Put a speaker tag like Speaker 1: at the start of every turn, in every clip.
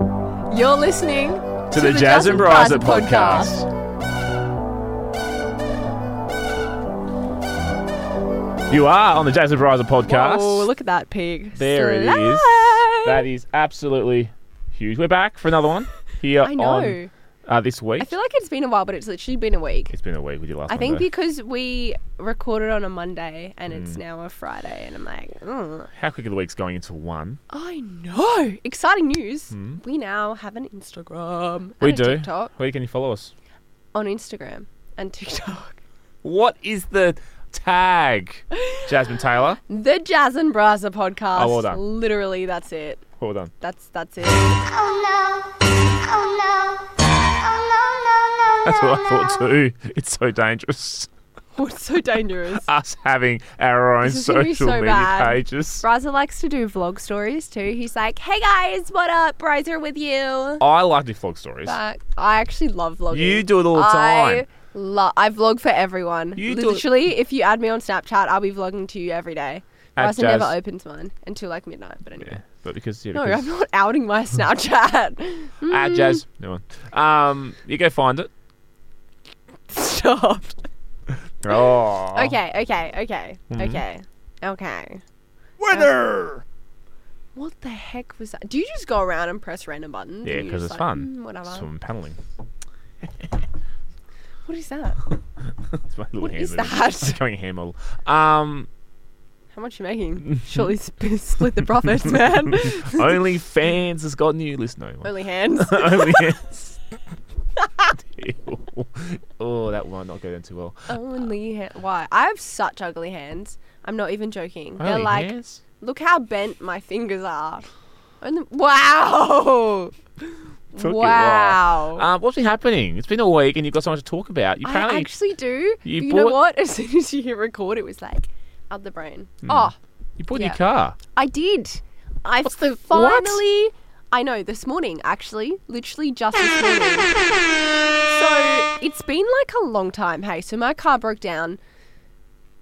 Speaker 1: You're listening
Speaker 2: to, the, Jazz and Braza podcast. You are on the Jazz and Braza podcast.
Speaker 1: Oh, look at that pig.
Speaker 2: There it is.
Speaker 1: Slay.
Speaker 2: That is absolutely huge. We're back for another one here
Speaker 1: I know.
Speaker 2: on uh, this week.
Speaker 1: I feel like it's been a while, but it's literally been a week.
Speaker 2: it's been a week with your last
Speaker 1: I
Speaker 2: one,
Speaker 1: think
Speaker 2: though.
Speaker 1: because we recorded on a Monday and
Speaker 2: Mm.
Speaker 1: it's now a Friday, and I'm like, mm.
Speaker 2: How quick are the week's going into one?
Speaker 1: I
Speaker 2: Hmm?
Speaker 1: know. Exciting news. We now have an Instagram.
Speaker 2: we
Speaker 1: and a
Speaker 2: do.
Speaker 1: TikTok
Speaker 2: Where can you follow us?
Speaker 1: on Instagram and TikTok.
Speaker 2: What is the tag? Jasmine Taylor.
Speaker 1: The Jazz and Braza podcast.
Speaker 2: Oh, well done.
Speaker 1: Literally, that's it.
Speaker 2: Well done.
Speaker 1: That's that's it.
Speaker 3: Oh no. Oh no. Oh no, no, no,
Speaker 2: That's
Speaker 3: no,
Speaker 2: what I
Speaker 3: no.
Speaker 2: thought too. It's so dangerous.
Speaker 1: Oh, it's so dangerous.
Speaker 2: Us having our own
Speaker 1: is gonna be
Speaker 2: social
Speaker 1: so
Speaker 2: media
Speaker 1: bad.
Speaker 2: pages.
Speaker 1: Braza likes to do vlog stories too. He's like, "Hey guys, what up? Braza with you."
Speaker 2: I like to vlog stories.
Speaker 1: But I actually love vlogging.
Speaker 2: You do it all the
Speaker 1: I
Speaker 2: time.
Speaker 1: lo- I vlog for everyone.
Speaker 2: You do it-
Speaker 1: Literally, if you add me on Snapchat, I'll be vlogging to you every day.
Speaker 2: At
Speaker 1: Braza never
Speaker 2: Jazz-
Speaker 1: opens mine until like midnight. But anyway,
Speaker 2: Yeah, but because yeah,
Speaker 1: no, I'm
Speaker 2: because
Speaker 1: not outing my Snapchat.
Speaker 2: at jazz, no one. Um, you go find it.
Speaker 1: Stop.
Speaker 2: Oh, Mm-hmm.
Speaker 1: Okay, okay, okay, okay, okay.
Speaker 2: Winner.
Speaker 1: What the heck was that? Do you just go around and press random buttons?
Speaker 2: Yeah,
Speaker 1: and you're
Speaker 2: because
Speaker 1: just
Speaker 2: it's
Speaker 1: like,
Speaker 2: fun.
Speaker 1: "Mm, whatever.
Speaker 2: Swim paddling.
Speaker 1: What is that?
Speaker 2: It's my little
Speaker 1: What
Speaker 2: hand
Speaker 1: is
Speaker 2: movement.
Speaker 1: that?
Speaker 2: It's going hand model. Um,
Speaker 1: How much you making? Surely sp- split the profits, man.
Speaker 2: only fans has got new list. No one.
Speaker 1: Only hands.
Speaker 2: only fans. oh, that might not go down too well.
Speaker 1: Only ha- why? I have such ugly hands. I'm not even joking. They're
Speaker 2: Only
Speaker 1: like,
Speaker 2: hands?
Speaker 1: look how bent my fingers are. Only- wow.
Speaker 2: Took you a while.
Speaker 1: wow.
Speaker 2: Um, what's been happening? It's been a week, and you've got so much to talk about. You
Speaker 1: I
Speaker 2: apparently
Speaker 1: actually do. But
Speaker 2: you
Speaker 1: You, know
Speaker 2: bought-
Speaker 1: what? As soon as you hit record, it was like, out the brain.
Speaker 2: Hmm.
Speaker 1: Oh,
Speaker 2: you bought
Speaker 1: yeah.
Speaker 2: your car.
Speaker 1: I did. I finally.
Speaker 2: what?
Speaker 1: I know this morning, actually, literally just this morning. So it's been like a long time. Hey, so my car broke down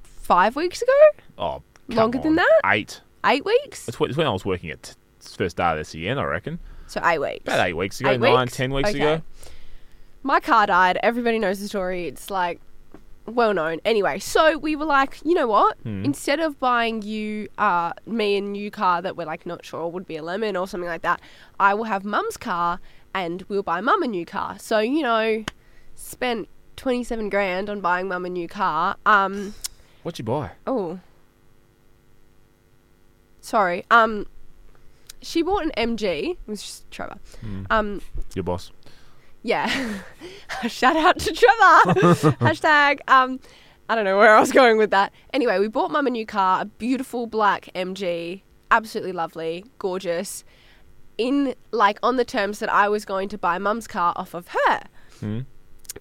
Speaker 1: five weeks ago,
Speaker 2: Oh, come
Speaker 1: Longer than
Speaker 2: on.
Speaker 1: that?
Speaker 2: Eight.
Speaker 1: eight weeks.
Speaker 2: It's when, it's when I was working at first start of SEN, I reckon.
Speaker 1: So eight weeks.
Speaker 2: About eight weeks ago,
Speaker 1: Eight
Speaker 2: nine,
Speaker 1: weeks?
Speaker 2: ten weeks
Speaker 1: Okay.
Speaker 2: ago.
Speaker 1: My car died. Everybody knows the story. It's like well known. Anyway, so we were like, you know what? Instead of buying you, uh, me a new car that we're like not sure would be a lemon or something like that, I will have mum's car and we'll buy mum a new car. So you know, spent twenty seven grand on buying mum a new car. Um,
Speaker 2: What'd you buy?
Speaker 1: oh, sorry. Um, she bought an MG. It was just Trevor. Um,
Speaker 2: Your boss.
Speaker 1: yeah. Shout out to Trevor. Hashtag. Um, I don't know where I was going with that. Anyway, we bought mum a new car, a beautiful black MG, absolutely lovely, gorgeous. In like on the terms that I was going to buy mum's car off of her.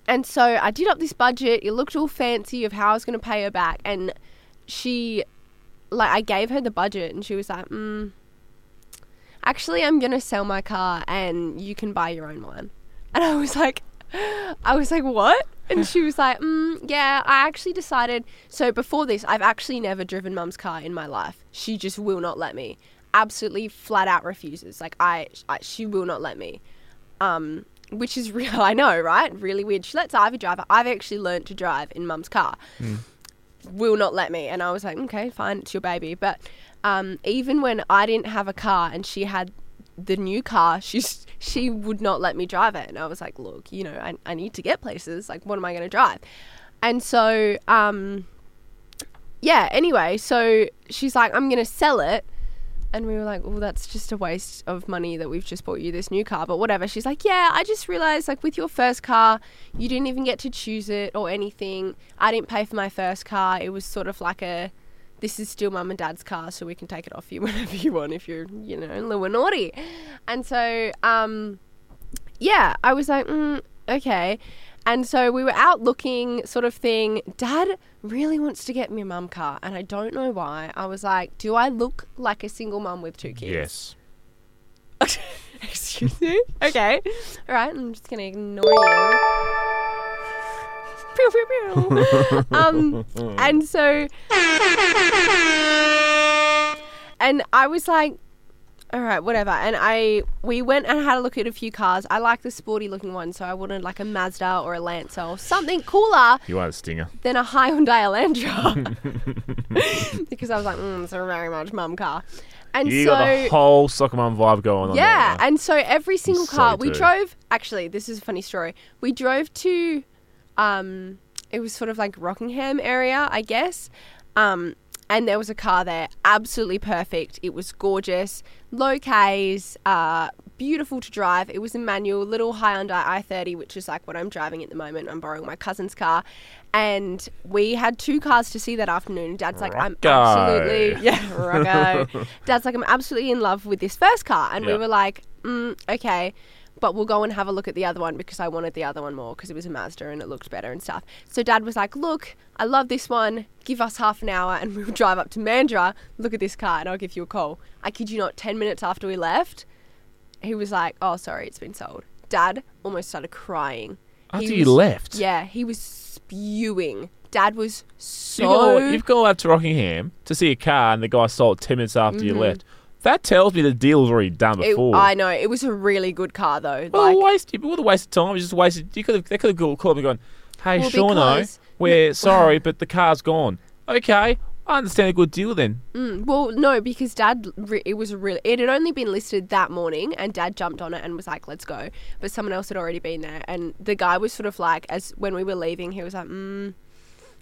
Speaker 1: And so I did up this budget. It looked all fancy of how I was going to pay her back, and she, like, I gave her the budget, and she was like, mm, "Actually, I'm going to sell my car, and you can buy your own one." And I was like, I was like, what? And she was like, mm, yeah, I actually decided. So before this, I've actually never driven mum's car in my life. She just will not let me. Absolutely flat out refuses. Like, I, I she will not let me. Um, which is real, I know, right? Really weird. She lets Ivy drive. but I've actually learned to drive in mum's car. Will not let me. And I was like, okay, fine, it's your baby. But um, even when I didn't have a car and she had the new car, she s- she would not let me drive it, and I was like, look, you know, I, I need to get places. Like, what am I going to drive? And so, um, yeah. Anyway, so she's like, I'm going to sell it, and we were like, well, that's just a waste of money that we've just bought you this new car, but whatever. She's like, yeah, I just realized like with your first car, you didn't even get to choose it or anything. I didn't pay for my first car. It was sort of like a this is still mum and dad's car, so we can take it off you whenever you want if you're, you know, a little naughty. And so, um, yeah, I was like, mm, okay. And so we were out looking, sort of thing. Dad really wants to get me a mum car, and I don't know why. I was like, do I look like a single mum with two kids?
Speaker 2: Yes.
Speaker 1: Excuse me? Okay. All right, I'm just going to ignore you. Pew, pew, pew. um, and so. And I was like, All right, whatever. And I we went and had a look at a few cars. I like the sporty looking one, so I wanted like a Mazda or a Lancer or something cooler
Speaker 2: You are a stinger.
Speaker 1: than a Hyundai Elantra. because I was like, mm, it's a very much mum car. And
Speaker 2: You
Speaker 1: so
Speaker 2: got the whole soccer mum vibe going on.
Speaker 1: yeah,
Speaker 2: right now.
Speaker 1: and so every single
Speaker 2: so
Speaker 1: car we
Speaker 2: do.
Speaker 1: drove. Actually, this is a funny story. We drove to, um, it was sort of like Rockingham area, I guess. Um, and there was a car there, absolutely perfect. It was gorgeous, low K's, uh, beautiful to drive. It was a manual, little Hyundai i30, which is like what I'm driving at the moment. I'm borrowing my cousin's car, and we had two cars to see that afternoon. Dad's like, I'm
Speaker 2: Rocco.
Speaker 1: absolutely yeah, Rocco. Dad's like, I'm absolutely in love with this first car. And we
Speaker 2: Yeah.
Speaker 1: were like, mm, okay, but we'll go and have a look at the other one because I wanted the other one more because it was a Mazda and it looked better and stuff. So Dad was like, look, I love this one. Give us half an hour and we'll drive up to Mandra, look at this car, and I'll give you a call. I kid you not, 10 minutes after we left, he was like, oh, sorry, it's been sold. Dad almost started crying.
Speaker 2: After
Speaker 1: He
Speaker 2: you
Speaker 1: was-
Speaker 2: left.
Speaker 1: Yeah, he was spewing. Dad was so.
Speaker 2: You go, you've gone up to Rockingham to see a car, and the guy sold it ten minutes after you left. That tells me the deal was already done
Speaker 1: Mm-hmm. It-
Speaker 2: before. Oh,
Speaker 1: I know it was a really good car though.
Speaker 2: What
Speaker 1: like,
Speaker 2: a waste! It was a waste of time. You just wasted. You could have. They could have called called me going, "Hey,
Speaker 1: Well,
Speaker 2: Shauno,
Speaker 1: because-
Speaker 2: we're sorry, but the car's gone." Okay, I understand a good deal then.
Speaker 1: mm, well, no, because Dad, re- it was a really. It had only been listed that morning, and Dad jumped on it and was like, "Let's go." But someone else had already been there, and the guy was sort of like, as when we were leaving, he was like, mm,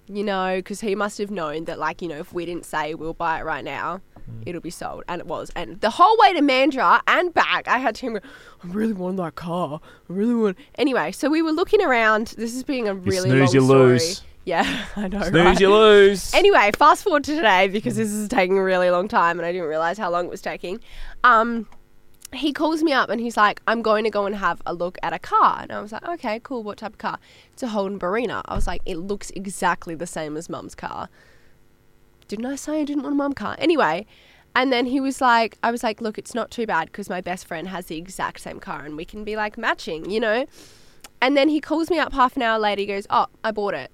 Speaker 1: "You know," because he must have known that, like, you know, if we didn't say we'll buy it right now.
Speaker 2: Mm.
Speaker 1: It'll be sold, and it was. And the whole way to Mandra and back, I had to him go, I really want that car. I really want. Anyway, so we were looking around. This is being a really long
Speaker 2: snooze, you
Speaker 1: story.
Speaker 2: lose.
Speaker 1: Yeah, I know.
Speaker 2: Snooze,
Speaker 1: right?
Speaker 2: you lose.
Speaker 1: Anyway, fast forward to today because this is taking a really long time and I didn't realize how long it was taking. Um, he calls me up and he's like, I'm going to go and have a look at a car. And I was like, okay, cool. What type of car? It's a Holden Barina. I was like, it looks exactly the same as mum's car. Didn't I say I didn't want a mum car? Anyway, and then he was like, I was like, look, it's not too bad because my best friend has the exact same car and we can be like matching, you know? And then he calls me up half an hour later. He goes, oh, I bought it.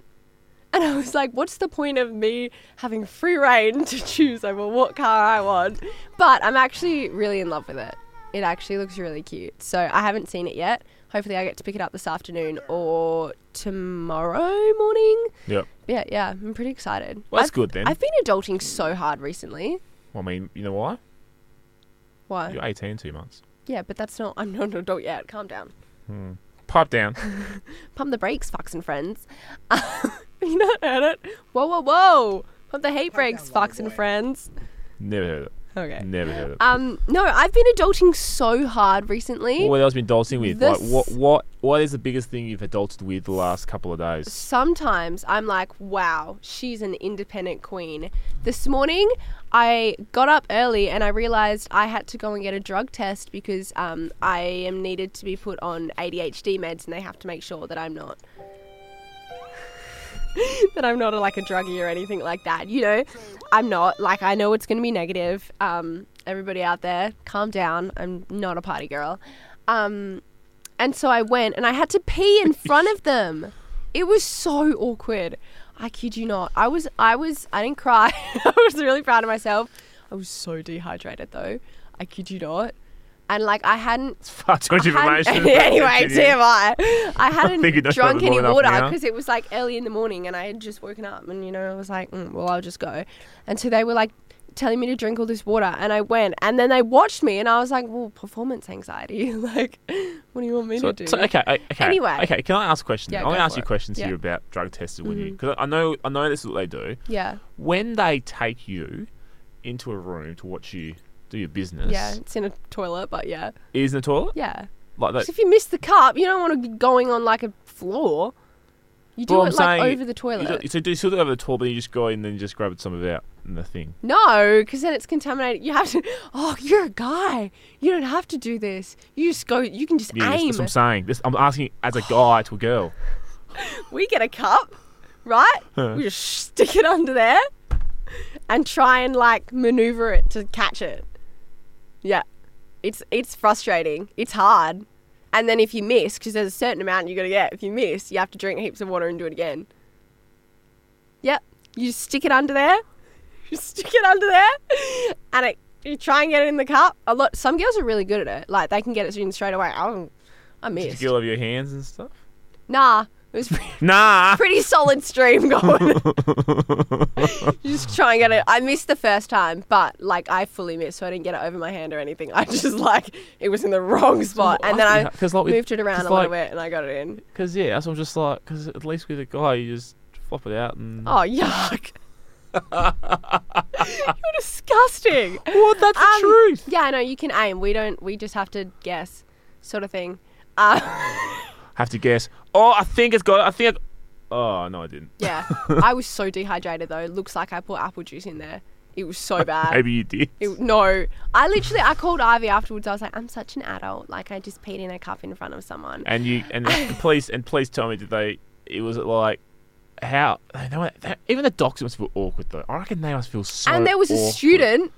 Speaker 1: And I was like, what's the point of me having free reign to choose over what car I want? But I'm actually really in love with it. It actually looks really cute. So I haven't seen it yet. Hopefully, I get to pick it up this afternoon or tomorrow morning.
Speaker 2: Yep.
Speaker 1: Yeah, yeah, I'm pretty excited.
Speaker 2: Well, that's
Speaker 1: I've-
Speaker 2: good then.
Speaker 1: I've been adulting so hard recently.
Speaker 2: Well, I mean, you know why?
Speaker 1: Why?
Speaker 2: You're 18 in two months.
Speaker 1: Yeah, but that's not, I'm not an adult yet. Calm down.
Speaker 2: Pipe down.
Speaker 1: Pump the brakes, Fox and friends. you not heard it? Whoa, whoa, whoa. Pump the hate brakes, Fox and friends.
Speaker 2: Never heard of
Speaker 1: Okay.
Speaker 2: it. Never heard of it.
Speaker 1: Um, no, I've been adulting so hard recently.
Speaker 2: what else been adulting with? Like,
Speaker 1: this-
Speaker 2: what, what, what is the biggest thing you've adulted with the last couple of days?
Speaker 1: Sometimes I'm like, wow, she's an independent queen. This morning, I got up early and I realized I had to go and get a drug test because um, I am needed to be put on ADHD meds and they have to make sure that I'm not. that I'm not a, like a druggie or anything like that. You know, I'm not. Like, I know it's going to be negative. Um, everybody out there, calm down. I'm not a party girl. Um, and so I went and I had to pee in front of them. It was so awkward. I kid you not. I was, I was, I didn't cry. I was really proud of myself. I was so dehydrated though. I kid you not. And like, I hadn't
Speaker 2: Far too much
Speaker 1: hadn't-
Speaker 2: information.
Speaker 1: anyway,
Speaker 2: Continue.
Speaker 1: TMI. I hadn't
Speaker 2: think you know
Speaker 1: drunk
Speaker 2: that
Speaker 1: any
Speaker 2: well enough
Speaker 1: water
Speaker 2: now.
Speaker 1: because it was like early in the morning and I had just woken up and you know I was like, mm, well, I'll just go. And so they were like telling me to drink all this water and I went and then they watched me and I was like, well, performance anxiety. like, what do you want me
Speaker 2: So,
Speaker 1: to do?
Speaker 2: so- okay, o- okay.
Speaker 1: Anyway.
Speaker 2: Okay, can I ask a question?
Speaker 1: Yeah,
Speaker 2: I want
Speaker 1: go
Speaker 2: to ask
Speaker 1: for
Speaker 2: you
Speaker 1: it.
Speaker 2: questions
Speaker 1: Yeah. Mm-hmm.
Speaker 2: here about drug testing with you. Because I know, I know this is what they do.
Speaker 1: yeah,
Speaker 2: When they take you into a room to watch you do your business,
Speaker 1: yeah. It's in a toilet, but yeah,
Speaker 2: is in the toilet?
Speaker 1: yeah.
Speaker 2: Like that?
Speaker 1: 'Cause if you miss the cup, you don't want to be going on like a floor. You do
Speaker 2: Well,
Speaker 1: it
Speaker 2: I'm
Speaker 1: like
Speaker 2: saying
Speaker 1: over the
Speaker 2: You
Speaker 1: toilet.
Speaker 2: do, so do you still do it over the toilet, but you just go in and then you just grab some of it out in the thing.
Speaker 1: No, because then it's contaminated. You have to. Oh, you're a guy. You don't have to do this. You just go. You can just
Speaker 2: Yeah, that's-
Speaker 1: aim.
Speaker 2: that's what I'm saying. This, I'm asking as a guy to a girl.
Speaker 1: we get a cup, right?
Speaker 2: Huh.
Speaker 1: We just stick it under there, and try and like maneuver it to catch it. Yeah, it's it's frustrating. It's hard. And then if you miss, because there's a certain amount you got to get. If you miss, you have to drink heaps of water and do it again. Yep. You stick it under there. You stick it under there, and it you try and get it in the cup. A lot. Some girls are really good at it. Like they can get it in straight away. I, I
Speaker 2: Did
Speaker 1: missed.
Speaker 2: you get all of your hands and stuff?
Speaker 1: Nah, it was pretty,
Speaker 2: Nah.
Speaker 1: pretty solid stream going. just try and get it. I missed the first time, but like I fully missed, so I didn't get it over my hand or anything. I just like it was in the wrong spot, and then I
Speaker 2: because like
Speaker 1: moved it around a
Speaker 2: it's
Speaker 1: little
Speaker 2: like-
Speaker 1: bit and I got it in.
Speaker 2: because yeah, that's what I'm just like because at least with a guy you just flop it out and
Speaker 1: Oh yuck! You're disgusting.
Speaker 2: well, that's the
Speaker 1: Um,
Speaker 2: truth.
Speaker 1: Yeah, I know you can aim. We don't. We just have to guess, sort of thing. Uh,
Speaker 2: Have to guess. Oh, I think it's got. I think. I, oh no, I didn't.
Speaker 1: yeah, I was so dehydrated though. Looks like I put apple juice in there. It was so bad.
Speaker 2: Maybe you did.
Speaker 1: It, no, I literally I called Ivy afterwards. I was like, I'm such an adult. Like I just peed in a cup in front of someone.
Speaker 2: and you and, and please and please tell me did they? It was like how they, know what- they, even the docs must feel awkward though. I reckon they must feel so.
Speaker 1: and there was a
Speaker 2: awkward.
Speaker 1: student.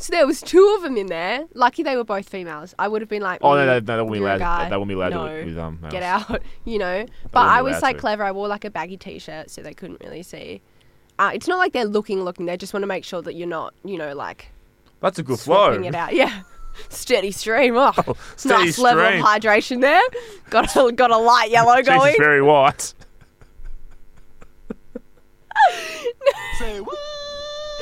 Speaker 1: So there was two of them in there. Lucky they were both females. I would have been like,
Speaker 2: Oh no,
Speaker 1: "Mm,
Speaker 2: no, no, they won't be
Speaker 1: you're a
Speaker 2: allowed.
Speaker 1: guy."
Speaker 2: They won't be allowed
Speaker 1: no.
Speaker 2: to with um.
Speaker 1: Get
Speaker 2: males.
Speaker 1: out, you know. But
Speaker 2: wouldn't be
Speaker 1: I was
Speaker 2: allowed
Speaker 1: like
Speaker 2: to.
Speaker 1: clever. I wore like a baggy t-shirt, so they couldn't really see. Uh, it's not like they're looking, looking. They just want to make sure that you're not, you know, like
Speaker 2: That's a good flow.
Speaker 1: swapping it out. Yeah, steady stream. Oh,
Speaker 2: steady
Speaker 1: nice level of
Speaker 2: stream.
Speaker 1: hydration there. Got a, got a light yellow
Speaker 2: Jesus,
Speaker 1: going.
Speaker 2: very white.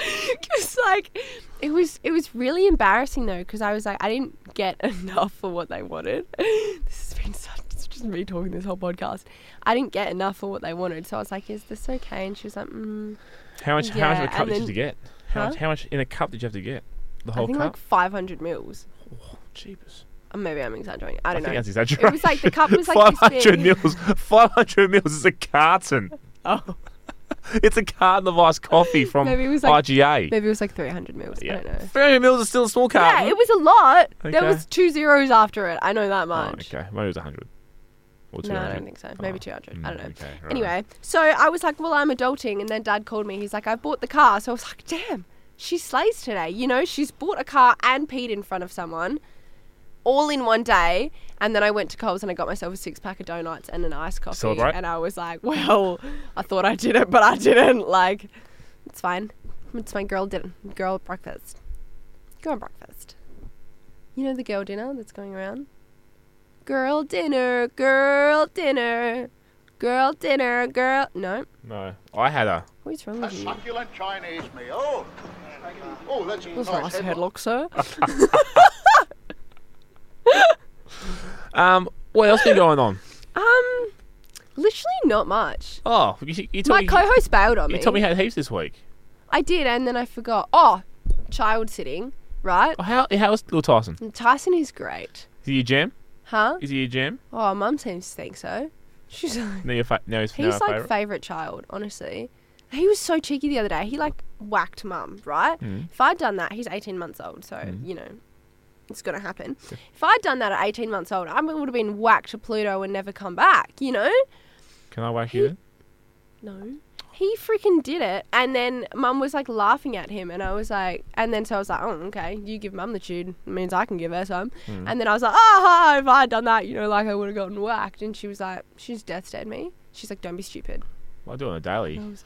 Speaker 1: Just like it was, it was really embarrassing though, because I was like, I didn't get enough for what they wanted. This has been such. It's just me talking this whole podcast. I didn't get enough for what they wanted, so I was like, "Is this okay?" And she was like, mm,
Speaker 2: How much? how much
Speaker 1: Yeah,
Speaker 2: of a cup
Speaker 1: and
Speaker 2: did
Speaker 1: then-
Speaker 2: you have to get? How
Speaker 1: Huh?
Speaker 2: much? How much in a cup did you have to get? The
Speaker 1: I
Speaker 2: whole
Speaker 1: think
Speaker 2: cup.
Speaker 1: like 500 mils.
Speaker 2: Jeepers.
Speaker 1: Or maybe I'm exaggerating. I
Speaker 2: I,
Speaker 1: don't
Speaker 2: think
Speaker 1: know.
Speaker 2: that's exaggeration.
Speaker 1: was like- the cup was like this
Speaker 2: 500
Speaker 1: big.
Speaker 2: mils. 500 mils is a carton.
Speaker 1: Oh.
Speaker 2: It's a carton of iced coffee from
Speaker 1: Maybe it was like-
Speaker 2: IGA.
Speaker 1: Maybe it was like 300 mils. I don't know.
Speaker 2: 300 mils is still a small
Speaker 1: Yeah,
Speaker 2: carton.
Speaker 1: it was a lot. There
Speaker 2: Okay.
Speaker 1: was two zeros after it. I know that
Speaker 2: Oh,
Speaker 1: much.
Speaker 2: okay. Maybe it was 100.
Speaker 1: No,
Speaker 2: Or
Speaker 1: I
Speaker 2: 200.
Speaker 1: don't think so. Maybe
Speaker 2: Oh.
Speaker 1: 200.
Speaker 2: Mm,
Speaker 1: I don't know.
Speaker 2: okay, right.
Speaker 1: Anyway, so I was like, well, I'm adulting. And then dad called me. He's like, I bought the car. So I was like, damn, she slays today. You know, she's bought a car and peed in front of someone all in one day. And then I went to Coles and I got myself a six pack of donuts and an iced coffee.
Speaker 2: Celebrate.
Speaker 1: And I was like, well, I thought I did it, but I didn't. Like, it's fine. It's my girl dinner, girl breakfast. Girl breakfast. You know the girl dinner that's going around? Girl dinner, girl dinner, girl dinner, girl. No,
Speaker 2: No. I had a.
Speaker 1: what's wrong with you?
Speaker 4: succulent Chinese meal. Oh, that's a
Speaker 1: That's a
Speaker 4: nice
Speaker 1: nice
Speaker 4: headline.
Speaker 1: headlock, sir.
Speaker 2: Um, what else been going on?
Speaker 1: Um, literally not much.
Speaker 2: Oh, you, you, told
Speaker 1: My
Speaker 2: me,
Speaker 1: co-host bailed on
Speaker 2: you
Speaker 1: me.
Speaker 2: told me you had heaps this week.
Speaker 1: I did, and then I forgot. Oh, child sitting, right?
Speaker 2: Oh, how, how was Little Tyson?
Speaker 1: And Tyson is great,
Speaker 2: Is he your jam?
Speaker 1: huh?
Speaker 2: Is he your jam?
Speaker 1: Oh, mum seems to think so. She's like,
Speaker 2: Now, your fa- now he's, now
Speaker 1: He's
Speaker 2: our
Speaker 1: like
Speaker 2: favourite?
Speaker 1: favorite. child, honestly. He was so cheeky the other day. He like whacked mum, right?
Speaker 2: Mm. Hmm.
Speaker 1: If I'd done that, he's 18 months old, so you know, it's gonna happen. If I'd done that at 18 months old, I would have been whacked to Pluto and never come back. You know?
Speaker 2: Can I whack you then?
Speaker 1: No. He freaking did it, and then mum was like laughing at him, and I was like, and then so I was like, oh okay, you give mum the tune, it means I can give her some,
Speaker 2: Hmm.
Speaker 1: and then I was like, ah, if I had done that, you know, like I would have gotten whacked, and she was like, she's death stared me. She's like, don't be stupid.
Speaker 2: Well, I do it on a daily.
Speaker 1: I was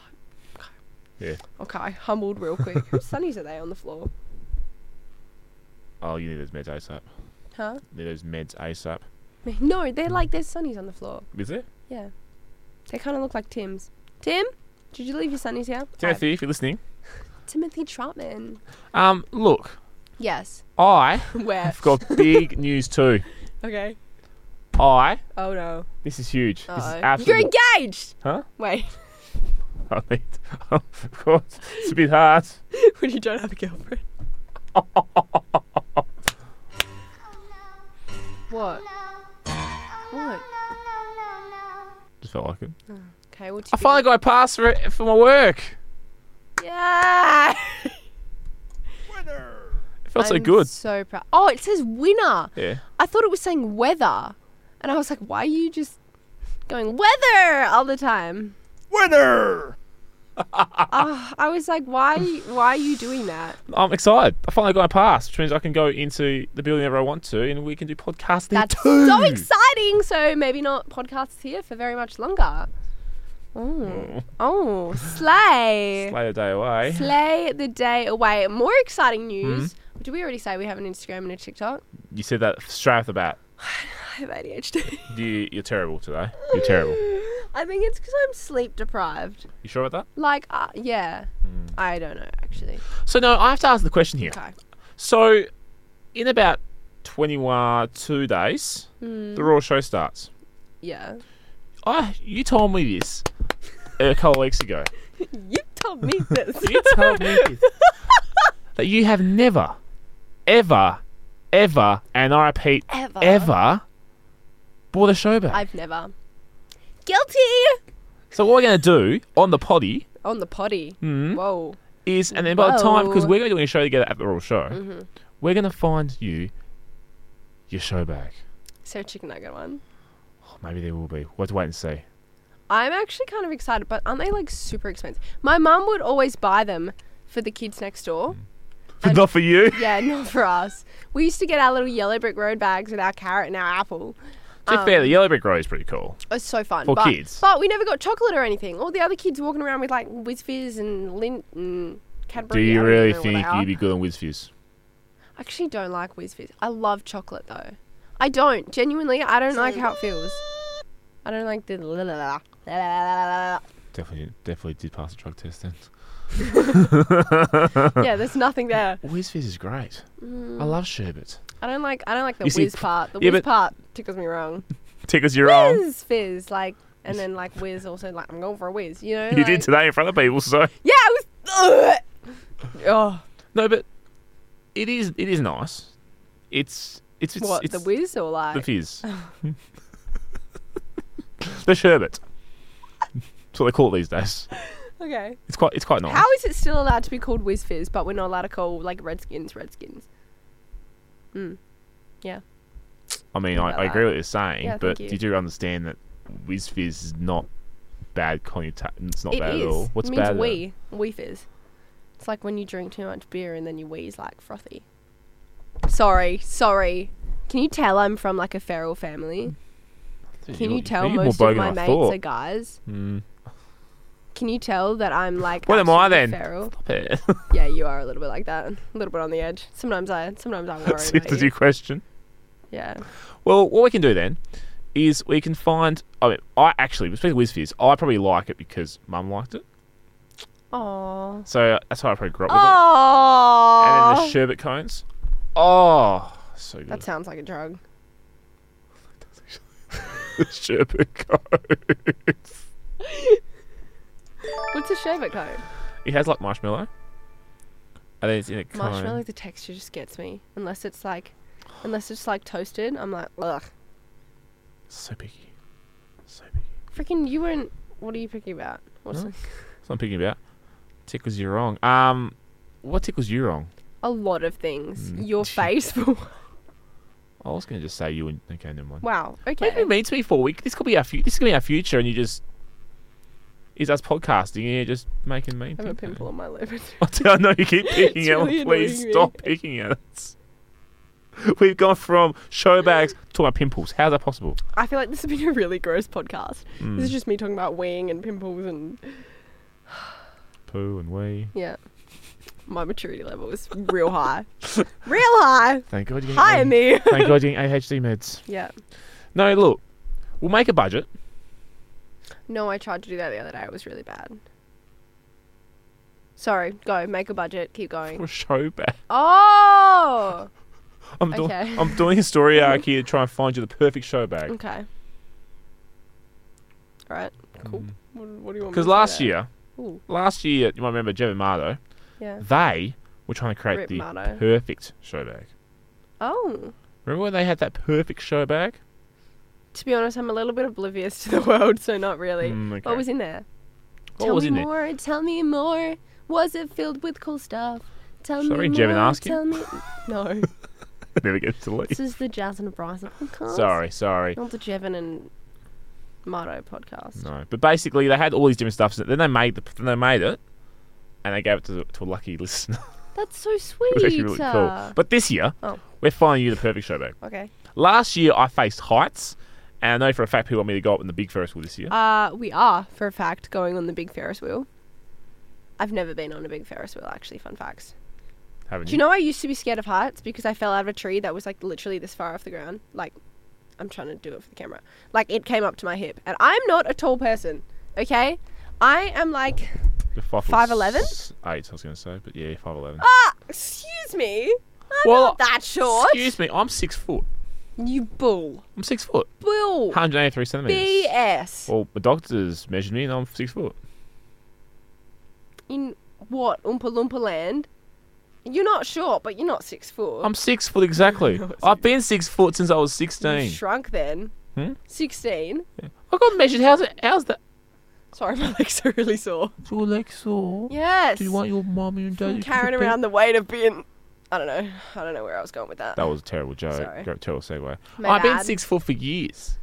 Speaker 2: Yeah.
Speaker 1: Okay, humbled real quick. Whose sunnies are they on the floor?
Speaker 2: Oh, you need those meds ASAP.
Speaker 1: Huh?
Speaker 2: Need those meds ASAP.
Speaker 1: No, they're like there's sunnies on the floor.
Speaker 2: Is it?
Speaker 1: Yeah. They kind of look like Tim's. Tim, did you leave your sunnies here?
Speaker 2: Timothy, if you're listening.
Speaker 1: Uh, Timothy Trotman.
Speaker 2: Um, look,
Speaker 1: Yes.
Speaker 2: I
Speaker 1: Where?
Speaker 2: have got big news too.
Speaker 1: Okay.
Speaker 2: I,
Speaker 1: Oh no.
Speaker 2: this is huge. This is
Speaker 1: Uh-oh.
Speaker 2: absolutely.
Speaker 1: You're engaged.
Speaker 2: Huh?
Speaker 1: Wait,
Speaker 2: I mean, of course, it's a bit hard.
Speaker 1: when you don't have a girlfriend. What? What?
Speaker 2: Just felt like it.
Speaker 1: Okay. What? do
Speaker 2: I
Speaker 1: you do?
Speaker 2: finally got a pass for it for my work.
Speaker 1: Yeah.
Speaker 2: It felt so
Speaker 1: I'm
Speaker 2: good.
Speaker 1: So proud. Oh, it says winner.
Speaker 2: Yeah.
Speaker 1: I thought it was saying weather. And I was like, why are you just going weather all the time?
Speaker 2: Winner!
Speaker 1: Ah, I was like, why why are you doing that?
Speaker 2: I'm excited. I finally got a pass, which means I can go into the building whenever I want to, and we can do podcasts there
Speaker 1: That's
Speaker 2: too.
Speaker 1: so exciting. So maybe not podcasts here for very much longer.
Speaker 2: Mm.
Speaker 1: Oh, oh, slay.
Speaker 2: Slay the day away.
Speaker 1: Slay the day away. More exciting news.
Speaker 2: Hmm?
Speaker 1: Did we already say we have an Instagram and a TikTok?
Speaker 2: You said that straight off the bat.
Speaker 1: I have ADHD.
Speaker 2: You, you're terrible today. You're terrible.
Speaker 1: I think it's because I'm sleep deprived.
Speaker 2: You sure about
Speaker 1: Like, uh, yeah.
Speaker 2: Hmm.
Speaker 1: I don't know, actually.
Speaker 2: that? So no, I have to ask the question here.
Speaker 1: Okay.
Speaker 2: So, in about 21 two days,
Speaker 1: Hmm.
Speaker 2: the Raw show starts.
Speaker 1: Yeah.
Speaker 2: I you told me this a couple of weeks ago.
Speaker 1: You told me this.
Speaker 2: You told me this that you have never, ever, ever, and I repeat,
Speaker 1: Ever.
Speaker 2: ever bought a show back.
Speaker 1: I've never. Guilty!
Speaker 2: so what we're gonna do on the potty
Speaker 1: On the potty.
Speaker 2: Hmm?
Speaker 1: Whoa.
Speaker 2: is, and then by the time because
Speaker 1: Whoa. Mm-hmm.
Speaker 2: we're gonna be doing a show together at the Royal Show, we're gonna find you your show back.
Speaker 1: Is there a chicken nugget one?
Speaker 2: Oh, maybe there will be. We'll have to wait and see.
Speaker 1: I'm actually kind of excited, but aren't they like super expensive? My mum would always buy them for the kids next
Speaker 2: Hmm.
Speaker 1: door. And-
Speaker 2: Not for you.
Speaker 1: Yeah, not for us. We used to get our little yellow brick road bags with our carrot and our apple.
Speaker 2: To be
Speaker 1: Um,
Speaker 2: fair, the Yellow Brick Road is pretty cool.
Speaker 1: It was so fun.
Speaker 2: For
Speaker 1: but,
Speaker 2: kids.
Speaker 1: But we never got chocolate or anything. All the other kids walking around with like Whiz Fizz and Lint and
Speaker 2: Do
Speaker 1: Cadbury. I
Speaker 2: you
Speaker 1: don't
Speaker 2: really
Speaker 1: even know what
Speaker 2: think
Speaker 1: they are.
Speaker 2: you'd be good on WizFizz?
Speaker 1: I actually don't like Whiz Fizz. I love chocolate though. I don't. Genuinely, I don't like how it feels. I don't like the. la la la la la
Speaker 2: Definitely, definitely did pass the drug test then.
Speaker 1: la. yeah, there's nothing there.
Speaker 2: Whiz Fizz is great. I love sherbet.
Speaker 1: I don't like. I don't like the
Speaker 2: You see,
Speaker 1: whiz part. The
Speaker 2: yeah,
Speaker 1: whiz
Speaker 2: but- Oh.
Speaker 1: part tickles me wrong.
Speaker 2: Tickles your own.
Speaker 1: Whiz fizz, like, and then like whiz also like I'm going for a whiz. You know.
Speaker 2: You did
Speaker 1: like-
Speaker 2: today in front of people, so
Speaker 1: Yeah, it was. Oh,
Speaker 2: no, but it is it is nice. It's it's, it's
Speaker 1: what
Speaker 2: it's
Speaker 1: the whiz or like?
Speaker 2: the fizz, the sherbet. That's what they call it these days.
Speaker 1: okay.
Speaker 2: It's quite it's quite nice.
Speaker 1: How is it still allowed to be called whiz fizz, but we're not allowed to call like Redskins Redskins? Hmm.
Speaker 2: I mean, I,
Speaker 1: about
Speaker 2: I agree with what you're saying,
Speaker 1: Yeah,
Speaker 2: but
Speaker 1: thank you.
Speaker 2: you. do understand that Whiz Fizz is not bad connotation. It's not
Speaker 1: It
Speaker 2: bad
Speaker 1: is.
Speaker 2: at all. What's
Speaker 1: it means
Speaker 2: bad? about it?
Speaker 1: wee wee fizz. It's like when you drink too much beer and then your wee's like frothy. Sorry, sorry. Can you tell I'm from like a feral family? Can you,
Speaker 2: You're-
Speaker 1: tell
Speaker 2: you're more
Speaker 1: most
Speaker 2: bogan
Speaker 1: of
Speaker 2: than
Speaker 1: my
Speaker 2: I
Speaker 1: mates
Speaker 2: thought.
Speaker 1: are guys?
Speaker 2: Mm.
Speaker 1: Can you tell that I'm like
Speaker 2: What am I
Speaker 1: absolutely
Speaker 2: then?
Speaker 1: Feral?
Speaker 2: Stop it.
Speaker 1: Yeah, you are a little bit like that. A little bit on the edge. Sometimes I sometimes I worry
Speaker 2: That's
Speaker 1: about
Speaker 2: the
Speaker 1: you.
Speaker 2: question.
Speaker 1: Yeah.
Speaker 2: Well, what we can do then is we can find. I mean, I actually, speaking of WizFizz, I probably like it because Mum liked it.
Speaker 1: Aww.
Speaker 2: So that's how I probably grew up with it. And then the
Speaker 1: Aww.
Speaker 2: sherbet cones. Oh, so good.
Speaker 1: That sounds like a drug.
Speaker 2: the sherbet cones.
Speaker 1: What's a sherbet cone?
Speaker 2: It has like marshmallow. And then it's in a cone.
Speaker 1: Marshmallow, the texture just gets me. Unless it's like, unless it's like toasted, I'm like, ugh.
Speaker 2: So picky. So picky.
Speaker 1: Freaking, you weren't. What are you picking about? What's
Speaker 2: Huh?
Speaker 1: it-
Speaker 2: That's what I'm picking about. Tickles you wrong. Um, what tickles you wrong?
Speaker 1: a lot of things?
Speaker 2: Mm.
Speaker 1: Your face. for-
Speaker 2: I was gonna just say you and okay, never mind.
Speaker 1: wow.
Speaker 2: Maybe you
Speaker 1: Okay.
Speaker 2: mean to me for a week. This could be our fu- this could be our future, and you just is us podcasting and you're just making me.
Speaker 1: I have a pimple on my lip.
Speaker 2: I know you keep picking
Speaker 1: It's
Speaker 2: at
Speaker 1: really
Speaker 2: it. Please
Speaker 1: annoying
Speaker 2: stop picking at it. We've gone from show bags to my pimples. How's that possible? Hmm.
Speaker 1: I feel like this has been a really gross podcast. This
Speaker 2: Mm.
Speaker 1: is just me talking about wing and pimples and
Speaker 2: Poo and wee.
Speaker 1: yeah. My maturity level is real high. real high.
Speaker 2: Thank God you're
Speaker 1: Higher
Speaker 2: getting.
Speaker 1: me.
Speaker 2: Thank God you're getting AHD meds.
Speaker 1: yeah.
Speaker 2: No, look, we'll make a budget.
Speaker 1: No, I tried to do that the other day. It was really bad. Sorry. Go. Make a budget. Keep
Speaker 2: for
Speaker 1: going.
Speaker 2: a show back.
Speaker 1: Oh.
Speaker 2: I'm doing.
Speaker 1: Okay.
Speaker 2: I'm doing a story arc here to try and find you the perfect show bag.
Speaker 1: Okay. All right. Cool. What, what do you want? me to say
Speaker 2: Mm. Because Hmm. last
Speaker 1: there?
Speaker 2: year,
Speaker 1: Ooh.
Speaker 2: last year you might remember Jeb and Mardo.
Speaker 1: Yeah.
Speaker 2: They were trying to create
Speaker 1: Rip
Speaker 2: the
Speaker 1: Mardo.
Speaker 2: perfect show bag.
Speaker 1: Oh.
Speaker 2: Remember when they had that perfect show bag?
Speaker 1: To be honest, I'm a little bit oblivious to the world, so not really.
Speaker 2: Mm, okay.
Speaker 1: What was in there?
Speaker 2: What
Speaker 1: tell
Speaker 2: was
Speaker 1: me
Speaker 2: in it?
Speaker 1: more. Tell me more. Was it filled with cool stuff? Tell
Speaker 2: Sorry,
Speaker 1: me
Speaker 2: Jeb
Speaker 1: more.
Speaker 2: and Askin?
Speaker 1: Tell me. No.
Speaker 2: Never gets to
Speaker 1: this
Speaker 2: leave.
Speaker 1: is the Jazz and Bryson podcast.
Speaker 2: Sorry, sorry.
Speaker 1: Not the Jevin and Mardo podcast.
Speaker 2: No, but basically they had all these different stuffs. Then they made the, then they made it, and they gave it to, to a lucky listener.
Speaker 1: That's so
Speaker 2: it
Speaker 1: sweet.
Speaker 2: was actually really cool.
Speaker 1: uh,
Speaker 2: But this year,
Speaker 1: Oh.
Speaker 2: we're finding you the perfect show bag.
Speaker 1: okay.
Speaker 2: Last year I faced heights, and I know for a fact people want me to go up in the big Ferris wheel this year.
Speaker 1: Uh, we are, for a fact, going on the big Ferris wheel. I've never been on a big Ferris wheel, actually. Fun facts.
Speaker 2: haven't
Speaker 1: Do you know I used to be scared of heights because I fell out of a tree that was like literally this far off the ground? Like, I'm trying to do it for the camera. Like, it came up to my hip. And I'm not a tall person, okay? I am like,
Speaker 2: The five foot
Speaker 1: 5'11"?
Speaker 2: s- Eight, I was going to say, but yeah, five eleven.
Speaker 1: ah, excuse me. I'm
Speaker 2: Well,
Speaker 1: not that short.
Speaker 2: Excuse me, I'm six foot.
Speaker 1: You bull.
Speaker 2: I'm six foot,
Speaker 1: Bull.
Speaker 2: 183 centimeters.
Speaker 1: BS.
Speaker 2: Well, the doctors measured me, and I'm six foot.
Speaker 1: In what? Oompa Loompa land? You're not short, but you're not six foot.
Speaker 2: I'm six foot exactly.
Speaker 1: No, it's
Speaker 2: I've been six foot since I was
Speaker 1: You
Speaker 2: 16.
Speaker 1: shrunk then.
Speaker 2: Hmm?
Speaker 1: 16.
Speaker 2: I got measured. How's it? How's that?
Speaker 1: Sorry, my legs are really sore.
Speaker 2: Your legs sore.
Speaker 1: Yes.
Speaker 2: your mommy and
Speaker 1: I'm carrying around the weight of being. I don't know. I don't know where I was going with that.
Speaker 2: That was a terrible joke.
Speaker 1: Sorry.
Speaker 2: Gr- Terrible segue.
Speaker 1: My
Speaker 2: I've been
Speaker 1: bad.
Speaker 2: six foot for years.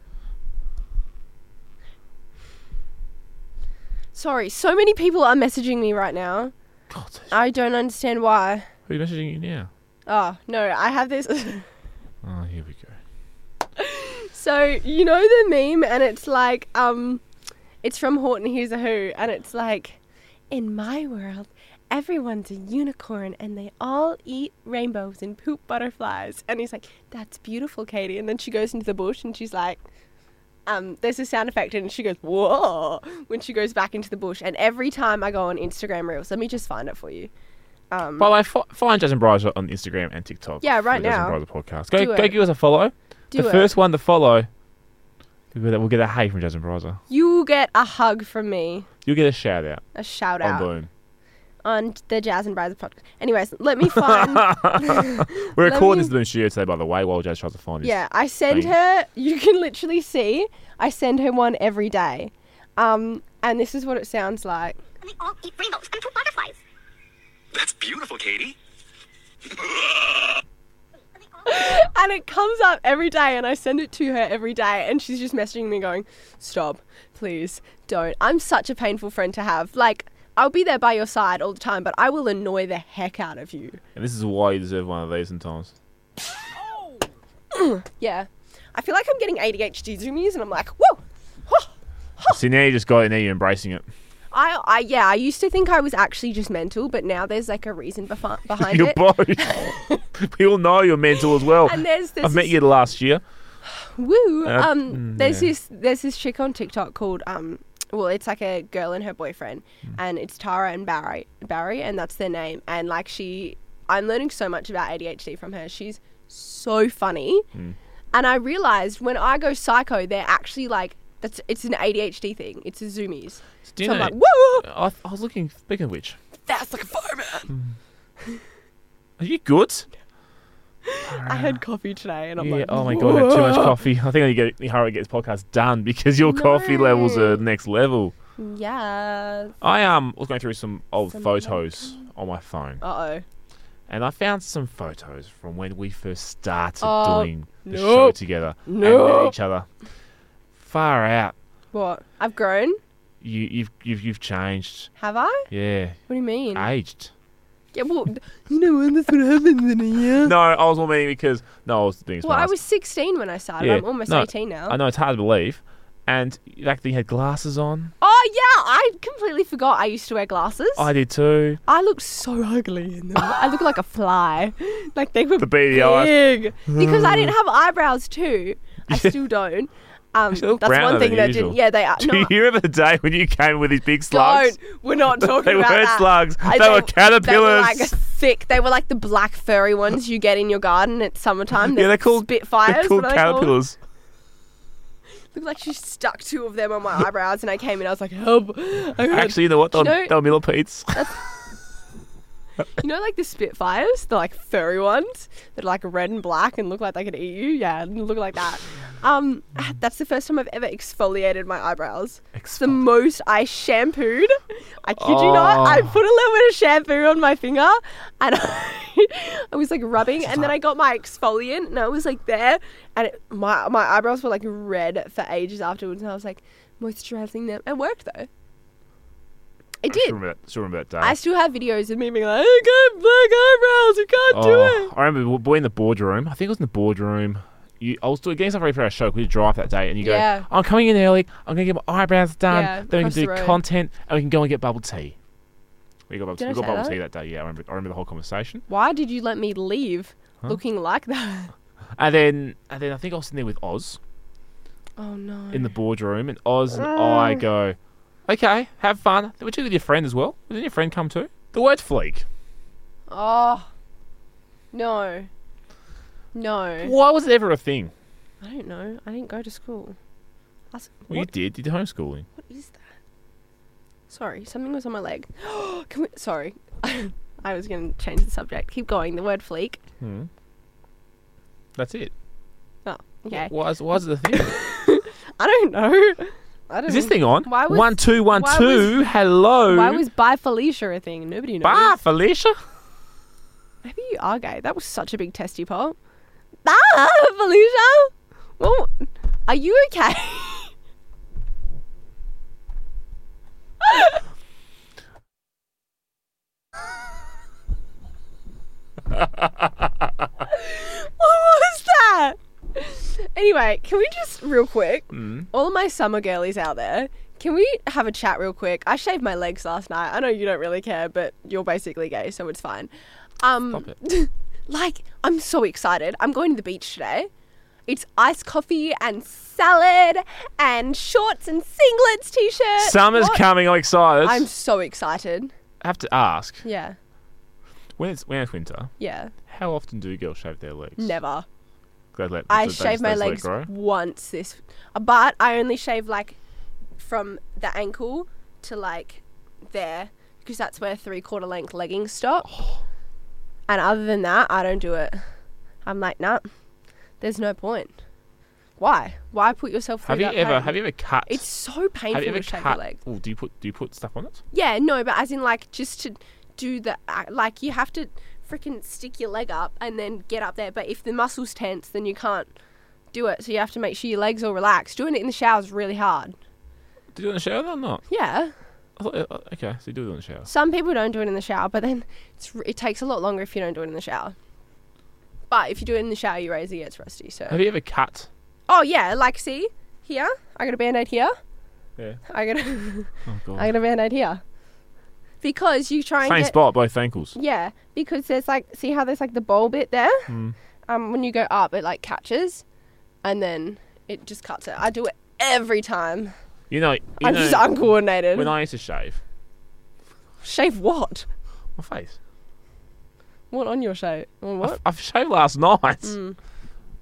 Speaker 1: Sorry, so many people are messaging me right now.
Speaker 2: God,
Speaker 1: I don't understand why.
Speaker 2: who are messaging you now?
Speaker 1: Oh, no, I have this.
Speaker 2: Oh, here we go.
Speaker 1: so, you know the meme, and it's like, um, it's from Horton Hears a Who, and it's like, in my world, everyone's a unicorn and they all eat rainbows and poop butterflies. And he's like, that's beautiful, Katie. And then she goes into the bush and she's like, um, there's a sound effect and she goes, whoa, when she goes back into the bush. And every time I go on Instagram Reels, let me just find it for you. Um,
Speaker 2: By the way, fo- find Jason Bryzer on Instagram and TikTok.
Speaker 1: Yeah,
Speaker 2: for
Speaker 1: right
Speaker 2: the
Speaker 1: now.
Speaker 2: Jason Bryzer podcast. Go,
Speaker 1: Do
Speaker 2: go
Speaker 1: it.
Speaker 2: give us a follow.
Speaker 1: do
Speaker 2: the
Speaker 1: it.
Speaker 2: first one to follow, we'll get a- we'll get a hey from Jason Bryzer.
Speaker 1: You get a hug from me,
Speaker 2: You'll get a shout out
Speaker 1: a shout
Speaker 2: on
Speaker 1: out
Speaker 2: Boom.
Speaker 1: on the Jazz and Bryzer podcast. Anyways, let me find.
Speaker 2: We're
Speaker 1: Let
Speaker 2: recording
Speaker 1: me-
Speaker 2: this in the studio today, by the way, while Jazz tries to find his.
Speaker 1: yeah, I send
Speaker 2: thing.
Speaker 1: her. You can literally see. I send her one every day, um, and this is what it sounds like.
Speaker 3: We all eat rainbows and poop butterflies.
Speaker 5: That's beautiful, Katie.
Speaker 3: We all-
Speaker 1: And it comes up every day, and I send it to her every day, and she's just messaging me going, "Stop, please, don't." I'm such a painful friend to have. Like, I'll be there by your side all the time, but I will annoy the heck out of you.
Speaker 2: And this is why you deserve one of these sometimes.
Speaker 1: Yeah, I feel like I'm getting ADHD zoomies, and I'm like, whoa.
Speaker 2: See, now you just got it, now you're embracing it.
Speaker 1: I, I yeah, I used to think I was actually just mental, but now there's like a reason behind behind
Speaker 2: You're
Speaker 1: it.
Speaker 2: both. People know you're mental as well.
Speaker 1: And there's this
Speaker 2: I've met you last year.
Speaker 1: woo.
Speaker 2: Uh,
Speaker 1: um,
Speaker 2: mm,
Speaker 1: there's
Speaker 2: yeah.
Speaker 1: this there's this chick on TikTok called um, well, it's like a girl and her boyfriend,
Speaker 2: Mm.
Speaker 1: and it's Tara and Barry Barry, and that's their name. And like she, I'm learning so much about ADHD from her. She's so funny,
Speaker 2: Mm.
Speaker 1: and I realized when I go psycho, they're actually like that's it's an ADHD thing. It's a zoomies.
Speaker 2: Do you
Speaker 1: so
Speaker 2: know,
Speaker 1: I'm like, whoa,
Speaker 2: I, I was looking, speaking of which,
Speaker 1: that's like a fireman.
Speaker 2: are you good?
Speaker 1: I had coffee today, and I'm
Speaker 2: Ah. yeah,
Speaker 1: like,
Speaker 2: oh my god, I had too much
Speaker 1: "Whoa."
Speaker 2: coffee. I think I need to get, hurry up and get this podcast done because your coffee levels are next level.
Speaker 1: Yes.
Speaker 2: I um was going through some old
Speaker 1: Some
Speaker 2: photos on my phone
Speaker 1: Uh oh.
Speaker 2: and I found some photos from when we first started
Speaker 1: Oh,
Speaker 2: doing the show
Speaker 1: nope.
Speaker 2: together and met
Speaker 1: Nope.
Speaker 2: each other. Far out.
Speaker 1: What? I've grown?
Speaker 2: You, you've, you've, you've changed.
Speaker 1: Have I?
Speaker 2: Yeah,
Speaker 1: What do you mean?
Speaker 2: aged.
Speaker 1: yeah, well, you know when that's what happens in a year.
Speaker 2: No, I was more meaning because no, I was doing.
Speaker 1: Well, I
Speaker 2: smarts.
Speaker 1: was 16 when I started.
Speaker 2: Yeah,
Speaker 1: I'm almost
Speaker 2: no,
Speaker 1: 18 now.
Speaker 2: I know it's hard to believe, and back then you had glasses on.
Speaker 1: oh, yeah. I completely forgot I used to wear glasses.
Speaker 2: I did too.
Speaker 1: I look so ugly in them. I look like a fly. Like they were
Speaker 2: The beady eyes.
Speaker 1: big. Because I didn't have eyebrows too. I
Speaker 2: Yeah.
Speaker 1: still don't. Um,
Speaker 2: They look
Speaker 1: that's
Speaker 2: browner
Speaker 1: one thing
Speaker 2: than
Speaker 1: that
Speaker 2: usual.
Speaker 1: didn't. Yeah, they are.
Speaker 2: Do
Speaker 1: No,
Speaker 2: you remember the day when you came with these big slugs?
Speaker 1: Don't. We're not talking
Speaker 2: They
Speaker 1: about
Speaker 2: weren't
Speaker 1: that.
Speaker 2: slugs. They were
Speaker 1: They were like
Speaker 2: caterpillars.
Speaker 1: thick. They were like the black furry ones you get in your garden at summertime.
Speaker 2: Yeah, they're called
Speaker 1: spitfires.
Speaker 2: They're called
Speaker 1: what are they
Speaker 2: caterpillars.
Speaker 1: Looked like she stuck two of them on my eyebrows, and I came in. I was like, help! I got-
Speaker 2: Actually, you know what? They're,
Speaker 1: Do you know-
Speaker 2: they're millipedes.
Speaker 1: you know, like the spitfires, the like furry ones that are like red and black and look like they could eat you. Yeah, look like that. Um, that's the first time I've ever exfoliated my eyebrows. It's the most I shampooed. I kid you not. I
Speaker 2: Oh.
Speaker 1: put a little bit of shampoo on my finger and I, I was like rubbing and then I got my exfoliant and I was like there and it, my, my eyebrows were like red for ages afterwards and I was like moisturizing them. It worked though. It
Speaker 2: Still
Speaker 1: did.
Speaker 2: remember that, still remember that day.
Speaker 1: I still have videos of me being like, I got black eyebrows, you can't
Speaker 2: Oh, I remember we were in the boardroom. I think it was in the boardroom. You, I was doing getting stuff ready for our show. 'cause We did drive that day, and you go,
Speaker 1: Yeah.
Speaker 2: "I'm coming in early. I'm gonna get my eyebrows done.
Speaker 1: Yeah,
Speaker 2: then we
Speaker 1: across the
Speaker 2: can do
Speaker 1: road.
Speaker 2: content, and we can go and get bubble tea." We got Bible,
Speaker 1: Did I
Speaker 2: we got
Speaker 1: say
Speaker 2: Bible
Speaker 1: that?
Speaker 2: tea that day. Yeah, I remember, I remember the whole conversation.
Speaker 1: Why did you let me leave looking like that?
Speaker 2: And then, and then I think I was sitting there with Oz
Speaker 1: Oh no.
Speaker 2: in the boardroom, and Oz and I
Speaker 1: Mm.
Speaker 2: go, "Okay, have fun." Would you with your friend as well? Didn't your friend come too? The word "fleek."
Speaker 1: oh. No. No.
Speaker 2: Why was it ever a thing?
Speaker 1: I don't know. I didn't go to school. That's,
Speaker 2: Well, you
Speaker 1: what,
Speaker 2: did. You did homeschooling.
Speaker 1: what is that? Sorry, something was on my leg. Can we, sorry. I was going to change the subject. Keep going. The word fleek.
Speaker 2: Hmm. That's it.
Speaker 1: Oh, okay.
Speaker 2: Why is, why is it a thing?
Speaker 1: I don't know. I don't
Speaker 2: Is this
Speaker 1: know.
Speaker 2: thing on?
Speaker 1: Why was-
Speaker 2: one two one
Speaker 1: why
Speaker 2: two. Hello.
Speaker 1: Why was bi Felicia a thing? Nobody knows.
Speaker 2: Bye, Felicia.
Speaker 1: Maybe you are gay. That was such a big testy pop. Bye, Felicia. Well, are you okay? what was that? Anyway, can we just real quick?
Speaker 2: Hmm.
Speaker 1: all my summer girlies out there, can we have a chat real quick? I shaved my legs last night. I know you don't really care, but you're basically gay, so it's fine. Um,
Speaker 2: Stop
Speaker 1: like, I'm so excited. I'm going to the beach today. It's iced coffee and salad and shorts and singlets t shirt.
Speaker 2: Summer's coming. I'm excited.
Speaker 1: Eh, I'm so excited.
Speaker 2: I have to ask.
Speaker 1: Yeah.
Speaker 2: When it's when it's winter,
Speaker 1: Yeah.
Speaker 2: how often do girls shave their legs?
Speaker 1: Never.
Speaker 2: They let-
Speaker 1: I
Speaker 2: they just-
Speaker 1: shaved
Speaker 2: they
Speaker 1: my
Speaker 2: just let it
Speaker 1: legs
Speaker 2: grow?
Speaker 1: once this, but I only shave like from the ankle to like there because that's where three quarter length leggings stop. And other than that, I don't do it. I'm like, nah, there's no point. Why? Why put yourself through
Speaker 2: Have you
Speaker 1: that
Speaker 2: ever
Speaker 1: pain?
Speaker 2: have you ever cut?
Speaker 1: It's so painful
Speaker 2: have you ever
Speaker 1: to shave
Speaker 2: cut?
Speaker 1: your legs.
Speaker 2: Oh, do you put do you put stuff on it?
Speaker 1: Yeah, no, but as in like just to do the ac- like you have to freaking stick your leg up and then get up there. But if the muscles tense, then you can't do it. So you have to make sure your legs all relaxed. Doing it in the shower is really hard.
Speaker 2: Do you do it in the shower though or not?
Speaker 1: Yeah,
Speaker 2: I thought, uh, okay, so you do it in the shower.
Speaker 1: some people don't do it in the shower, but then it's, r- it takes a lot longer if you don't do it in the shower. But if you do it in the shower, your razor gets rusty.
Speaker 2: Have
Speaker 1: So
Speaker 2: you ever cut?
Speaker 1: oh yeah, like see here, I got a band aid here.
Speaker 2: Yeah.
Speaker 1: I got a,
Speaker 2: Oh god.
Speaker 1: I got a band aid here. Because you try and
Speaker 2: Same
Speaker 1: get,
Speaker 2: spot, both ankles.
Speaker 1: Yeah, because there's like, see how there's like the bowl bit there?
Speaker 2: Mm.
Speaker 1: Um, when you go up, it like catches, and then it just cuts it. I do it every time.
Speaker 2: You know, you
Speaker 1: I'm
Speaker 2: know
Speaker 1: just uncoordinated.
Speaker 2: when I used to shave
Speaker 1: shave what?
Speaker 2: my face.
Speaker 1: What on your shave? On
Speaker 2: I've,
Speaker 1: what? Hmm. Mm,
Speaker 2: I've shaved last night.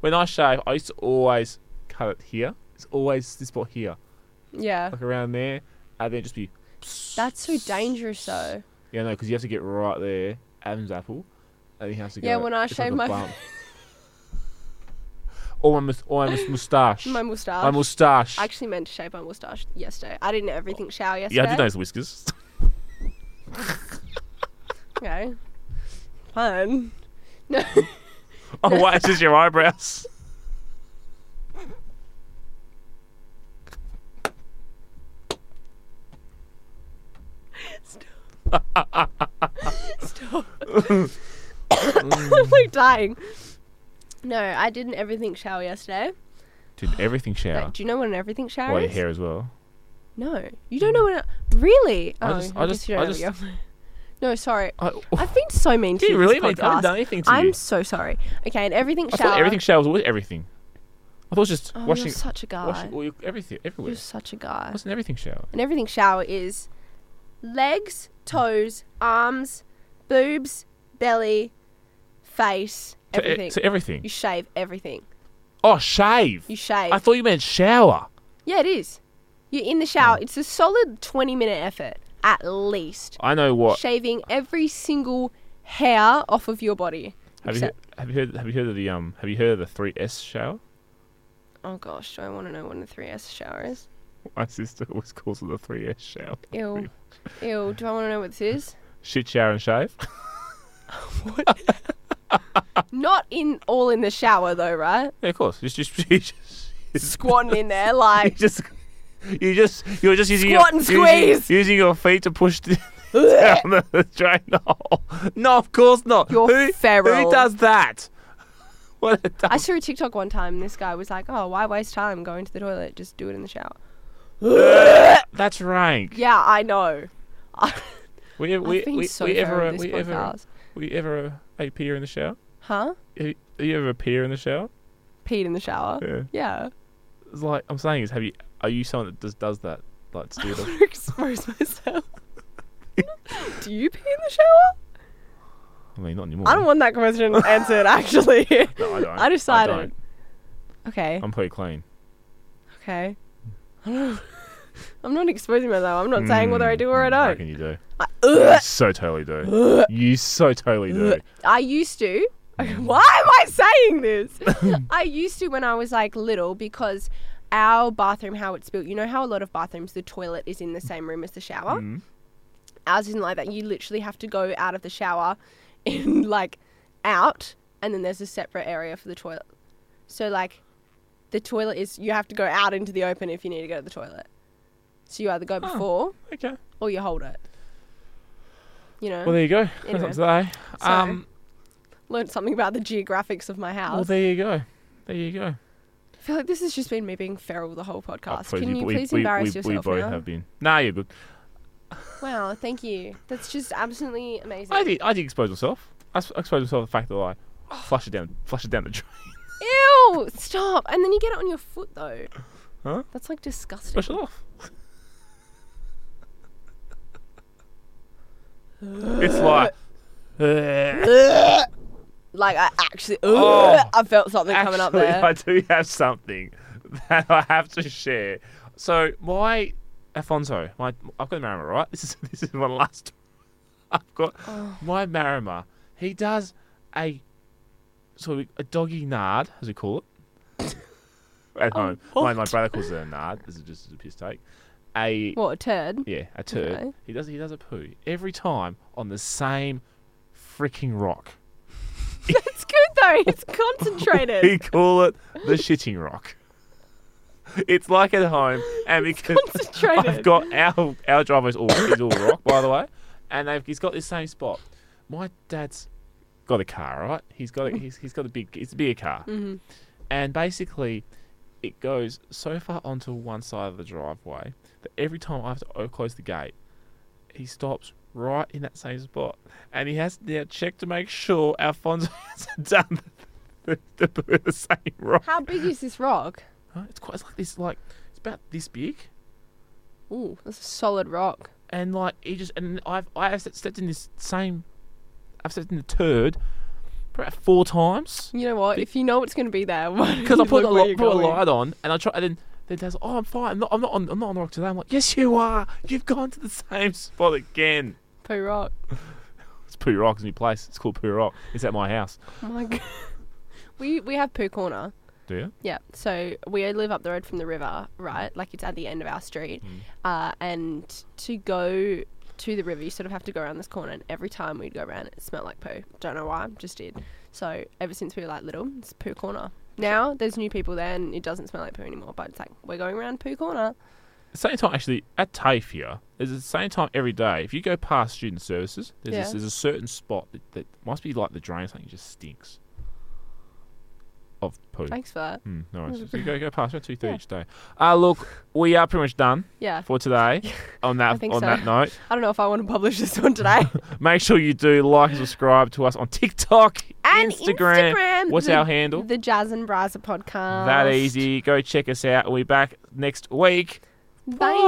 Speaker 2: When I shave, I used to always cut it here. It's always this spot here,
Speaker 1: yeah,
Speaker 2: like around there, and then just be.
Speaker 1: that's so dangerous though.
Speaker 2: Yeah, no, because you have to get right there, Adam's apple, and he has to go.
Speaker 1: Yeah, when I
Speaker 2: it's like
Speaker 1: shave
Speaker 2: a
Speaker 1: my-
Speaker 2: bump. or my mus- or my moustache.
Speaker 1: My moustache.
Speaker 2: My moustache.
Speaker 1: I actually meant to shave my moustache yesterday. I didn't everything shower yesterday.
Speaker 2: yeah, I did those whiskers.
Speaker 1: Okay. Fun. No.
Speaker 2: oh, wait, it's just your eyebrows.
Speaker 1: Stop. I'm like dying. No, I did an everything shower yesterday.
Speaker 2: Did everything
Speaker 1: But
Speaker 2: shower.
Speaker 1: do you know what an everything shower
Speaker 2: Well, your
Speaker 1: is?
Speaker 2: hair as well.
Speaker 1: No, you don't know what. A, really?
Speaker 2: I
Speaker 1: oh,
Speaker 2: just-
Speaker 1: I,
Speaker 2: I
Speaker 1: guess
Speaker 2: just-
Speaker 1: you don't
Speaker 2: I
Speaker 1: know what
Speaker 2: just-
Speaker 1: you're- No, sorry.
Speaker 2: I,
Speaker 1: I've been so mean to
Speaker 2: Did
Speaker 1: you.
Speaker 2: you really?
Speaker 1: This
Speaker 2: Mate, I haven't
Speaker 1: podcast.
Speaker 2: done anything to
Speaker 1: I'm
Speaker 2: you.
Speaker 1: so sorry. Okay, and everything
Speaker 2: I
Speaker 1: shower.
Speaker 2: thought everything shower was always everything. I thought it was just
Speaker 1: Oh,
Speaker 2: washing,
Speaker 1: you're such a guy.
Speaker 2: washing all your, everything everywhere.
Speaker 1: You're such a guy.
Speaker 2: What's an everything shower?
Speaker 1: An everything shower is legs, toes, arms, boobs, belly, face,
Speaker 2: To e-
Speaker 1: everything.
Speaker 2: To everything.
Speaker 1: you shave everything.
Speaker 2: Oh, shave.
Speaker 1: You shave.
Speaker 2: I thought you meant shower.
Speaker 1: yeah, it is. You're in the
Speaker 2: Oh.
Speaker 1: shower. It's a solid 20 minute effort at least.
Speaker 2: I know what.
Speaker 1: Shaving every single hair off of your body.
Speaker 2: Have you,
Speaker 1: Except-
Speaker 2: he- have you heard? Have you heard of the um? Have you heard of the three S shower?
Speaker 1: Oh gosh, do I want to know when the 3S shower is?
Speaker 2: My sister always calls it the three S shower.
Speaker 1: Ew. Ew, do I want to know what this is?
Speaker 2: Shit, shower, and shave.
Speaker 1: Not in all in the shower though, right?
Speaker 2: yeah, of course. It's just you just
Speaker 1: Squatting in there
Speaker 2: you
Speaker 1: like
Speaker 2: just you just you're just using
Speaker 1: Squat
Speaker 2: your,
Speaker 1: and
Speaker 2: Using,
Speaker 1: squeeze.
Speaker 2: using your feet to push the, down the, the drain hole. No, of course not.
Speaker 1: You're
Speaker 2: who,
Speaker 1: feral.
Speaker 2: Who does that? What a dumb
Speaker 1: I saw a TikTok one time and this guy was like, "Oh, why waste time going to the toilet? Just do it in the shower."
Speaker 2: That's rank.
Speaker 1: Yeah, I know.
Speaker 2: We we
Speaker 1: I've been
Speaker 2: we,
Speaker 1: so
Speaker 2: we
Speaker 1: fair
Speaker 2: ever
Speaker 1: with
Speaker 2: we
Speaker 1: this
Speaker 2: ever
Speaker 1: podcast.
Speaker 2: we ever uh, appear in the shower.
Speaker 1: Huh?
Speaker 2: Have you- have you ever appear in the shower?
Speaker 1: Peed in the shower.
Speaker 2: Yeah.
Speaker 1: Yeah.
Speaker 2: It's like I'm saying is have you are you someone that just does that like
Speaker 1: I
Speaker 2: steal
Speaker 1: want to expose myself. Do you pee in the shower?
Speaker 2: I mean not anymore.
Speaker 1: I don't want that question answered, actually.
Speaker 2: No, I don't.
Speaker 1: I decided.
Speaker 2: don't.
Speaker 1: Okay.
Speaker 2: I'm pretty clean.
Speaker 1: okay. I don't- I'm not exposing myself. I'm not saying whether I do or I
Speaker 2: I
Speaker 1: don't.
Speaker 2: Mm, reckon you do.
Speaker 1: Ugh.
Speaker 2: You so totally do. you so totally do.
Speaker 1: I used to.
Speaker 2: Mm.
Speaker 1: Why am I saying this? I used to when I was like little because our bathroom, how it's built, you know how a lot of bathrooms, the toilet is in the same room as the shower?
Speaker 2: Mm.
Speaker 1: Ours isn't like that. You literally have to go out of the shower in like out, and then there's a separate area for the toilet. So, like, the toilet is, you have to go out into the open if you need to go to the toilet. So, you either go before
Speaker 2: Okay.
Speaker 1: or you hold it. You know,
Speaker 2: Well, there you go. That's
Speaker 1: Anyway.
Speaker 2: up today.
Speaker 1: So,
Speaker 2: um,
Speaker 1: learned something about the geographics of my house.
Speaker 2: well, there you go. There you go.
Speaker 1: I feel like this has just been me being feral the whole
Speaker 2: Oh,
Speaker 1: podcast.
Speaker 2: please,
Speaker 1: Can
Speaker 2: we-
Speaker 1: you
Speaker 2: we-
Speaker 1: please
Speaker 2: we-
Speaker 1: embarrass
Speaker 2: we,
Speaker 1: yourself
Speaker 2: We both
Speaker 1: now?
Speaker 2: have been. Nah, you're good.
Speaker 1: Wow, thank you. That's just absolutely amazing.
Speaker 2: I did. I did expose myself. I s- exposed myself to the fact that I flush it down, flush it down the drain.
Speaker 1: Ew! Stop. And then you get it on your foot though.
Speaker 2: Huh?
Speaker 1: That's like disgusting.
Speaker 2: Brush it off. it's like.
Speaker 1: Like I actually,
Speaker 2: Oh.
Speaker 1: I felt something coming up there.
Speaker 2: Actually, I do have something that I have to share. So my Alfonso, my I've got a Marima, right? This is this is my last. I've got
Speaker 1: Oh.
Speaker 2: my Marima. He does a so a doggy nard, as we call it, at home. My, my
Speaker 1: Oh, what?
Speaker 2: brother calls it a nard. This is just a piss take. A
Speaker 1: what a turd.
Speaker 2: yeah, a turd.
Speaker 1: Okay.
Speaker 2: He does he does a poo every time on the same freaking rock.
Speaker 1: It's good though. It's concentrated.
Speaker 2: We call it the shitting rock. It's like at home, and because
Speaker 1: concentrated.
Speaker 2: I've got our our driveway's all is all rock, by the way, and they've, he's got this same spot. My dad's got a car, right? He's got a, he's he's got a big it's a bigger car,
Speaker 1: Mm-hmm.
Speaker 2: and basically, it goes so far onto one side of the driveway that every time I have to o- close the gate, he stops right in that same spot, and he has to now check to make sure Alfonso hasn't done the, the, the, the same wrong.
Speaker 1: How big is this rock?
Speaker 2: Huh? It's quite it's like this, like it's about this big,
Speaker 1: Ooh, that's a solid rock.
Speaker 2: and like he just and I've I have ste- stepped in this same, I've stepped in the turd, about four times
Speaker 1: You know what? If you know it's going to be there,
Speaker 2: because I put a,
Speaker 1: lot
Speaker 2: li- put a light on, and I try and then. Then Dad's like, "Oh, I'm fine. I'm not. I'm not on. I'm not on the rock today." I'm like, "Yes, you are. You've gone to the same spot again."
Speaker 1: Poo rock.
Speaker 2: It's Poo Rock's new place. It's called Poo Rock. It's at my house.
Speaker 1: Oh my god. we we have poo corner.
Speaker 2: Do you?
Speaker 1: Yeah. So we live up the road from the river, right? Like it's at the end of our street.
Speaker 2: Mm.
Speaker 1: Uh, and to go to the river, you sort of have to go around this corner. And every time we'd go around, it smelled like poo. Don't know why, just did. So ever since we were like little, it's poo corner. Now there's new people there and it doesn't smell like poo anymore. But it's like, we're going around poo corner.
Speaker 2: the same time, actually, at TAFE here, is the same time every day. If you go past student services, there's,
Speaker 1: Yeah.
Speaker 2: this, there's a certain spot that, that must be like the drain or something, it just stinks of poo.
Speaker 1: Thanks for that.
Speaker 2: Hmm, no worries. So you go, go past it, 2.30 each day. Uh, look, we are pretty much done
Speaker 1: Yeah.
Speaker 2: for today on that
Speaker 1: think
Speaker 2: on
Speaker 1: so.
Speaker 2: that note.
Speaker 1: I don't know if I want to publish this one today.
Speaker 2: Make sure you do like and subscribe to us on TikTok,
Speaker 1: and
Speaker 2: Instagram.
Speaker 1: Instagram.
Speaker 2: What's
Speaker 1: the-
Speaker 2: our handle?
Speaker 1: The Jazz and Braza podcast.
Speaker 2: that easy. Go check us out. We'll be back next week.
Speaker 1: Bye.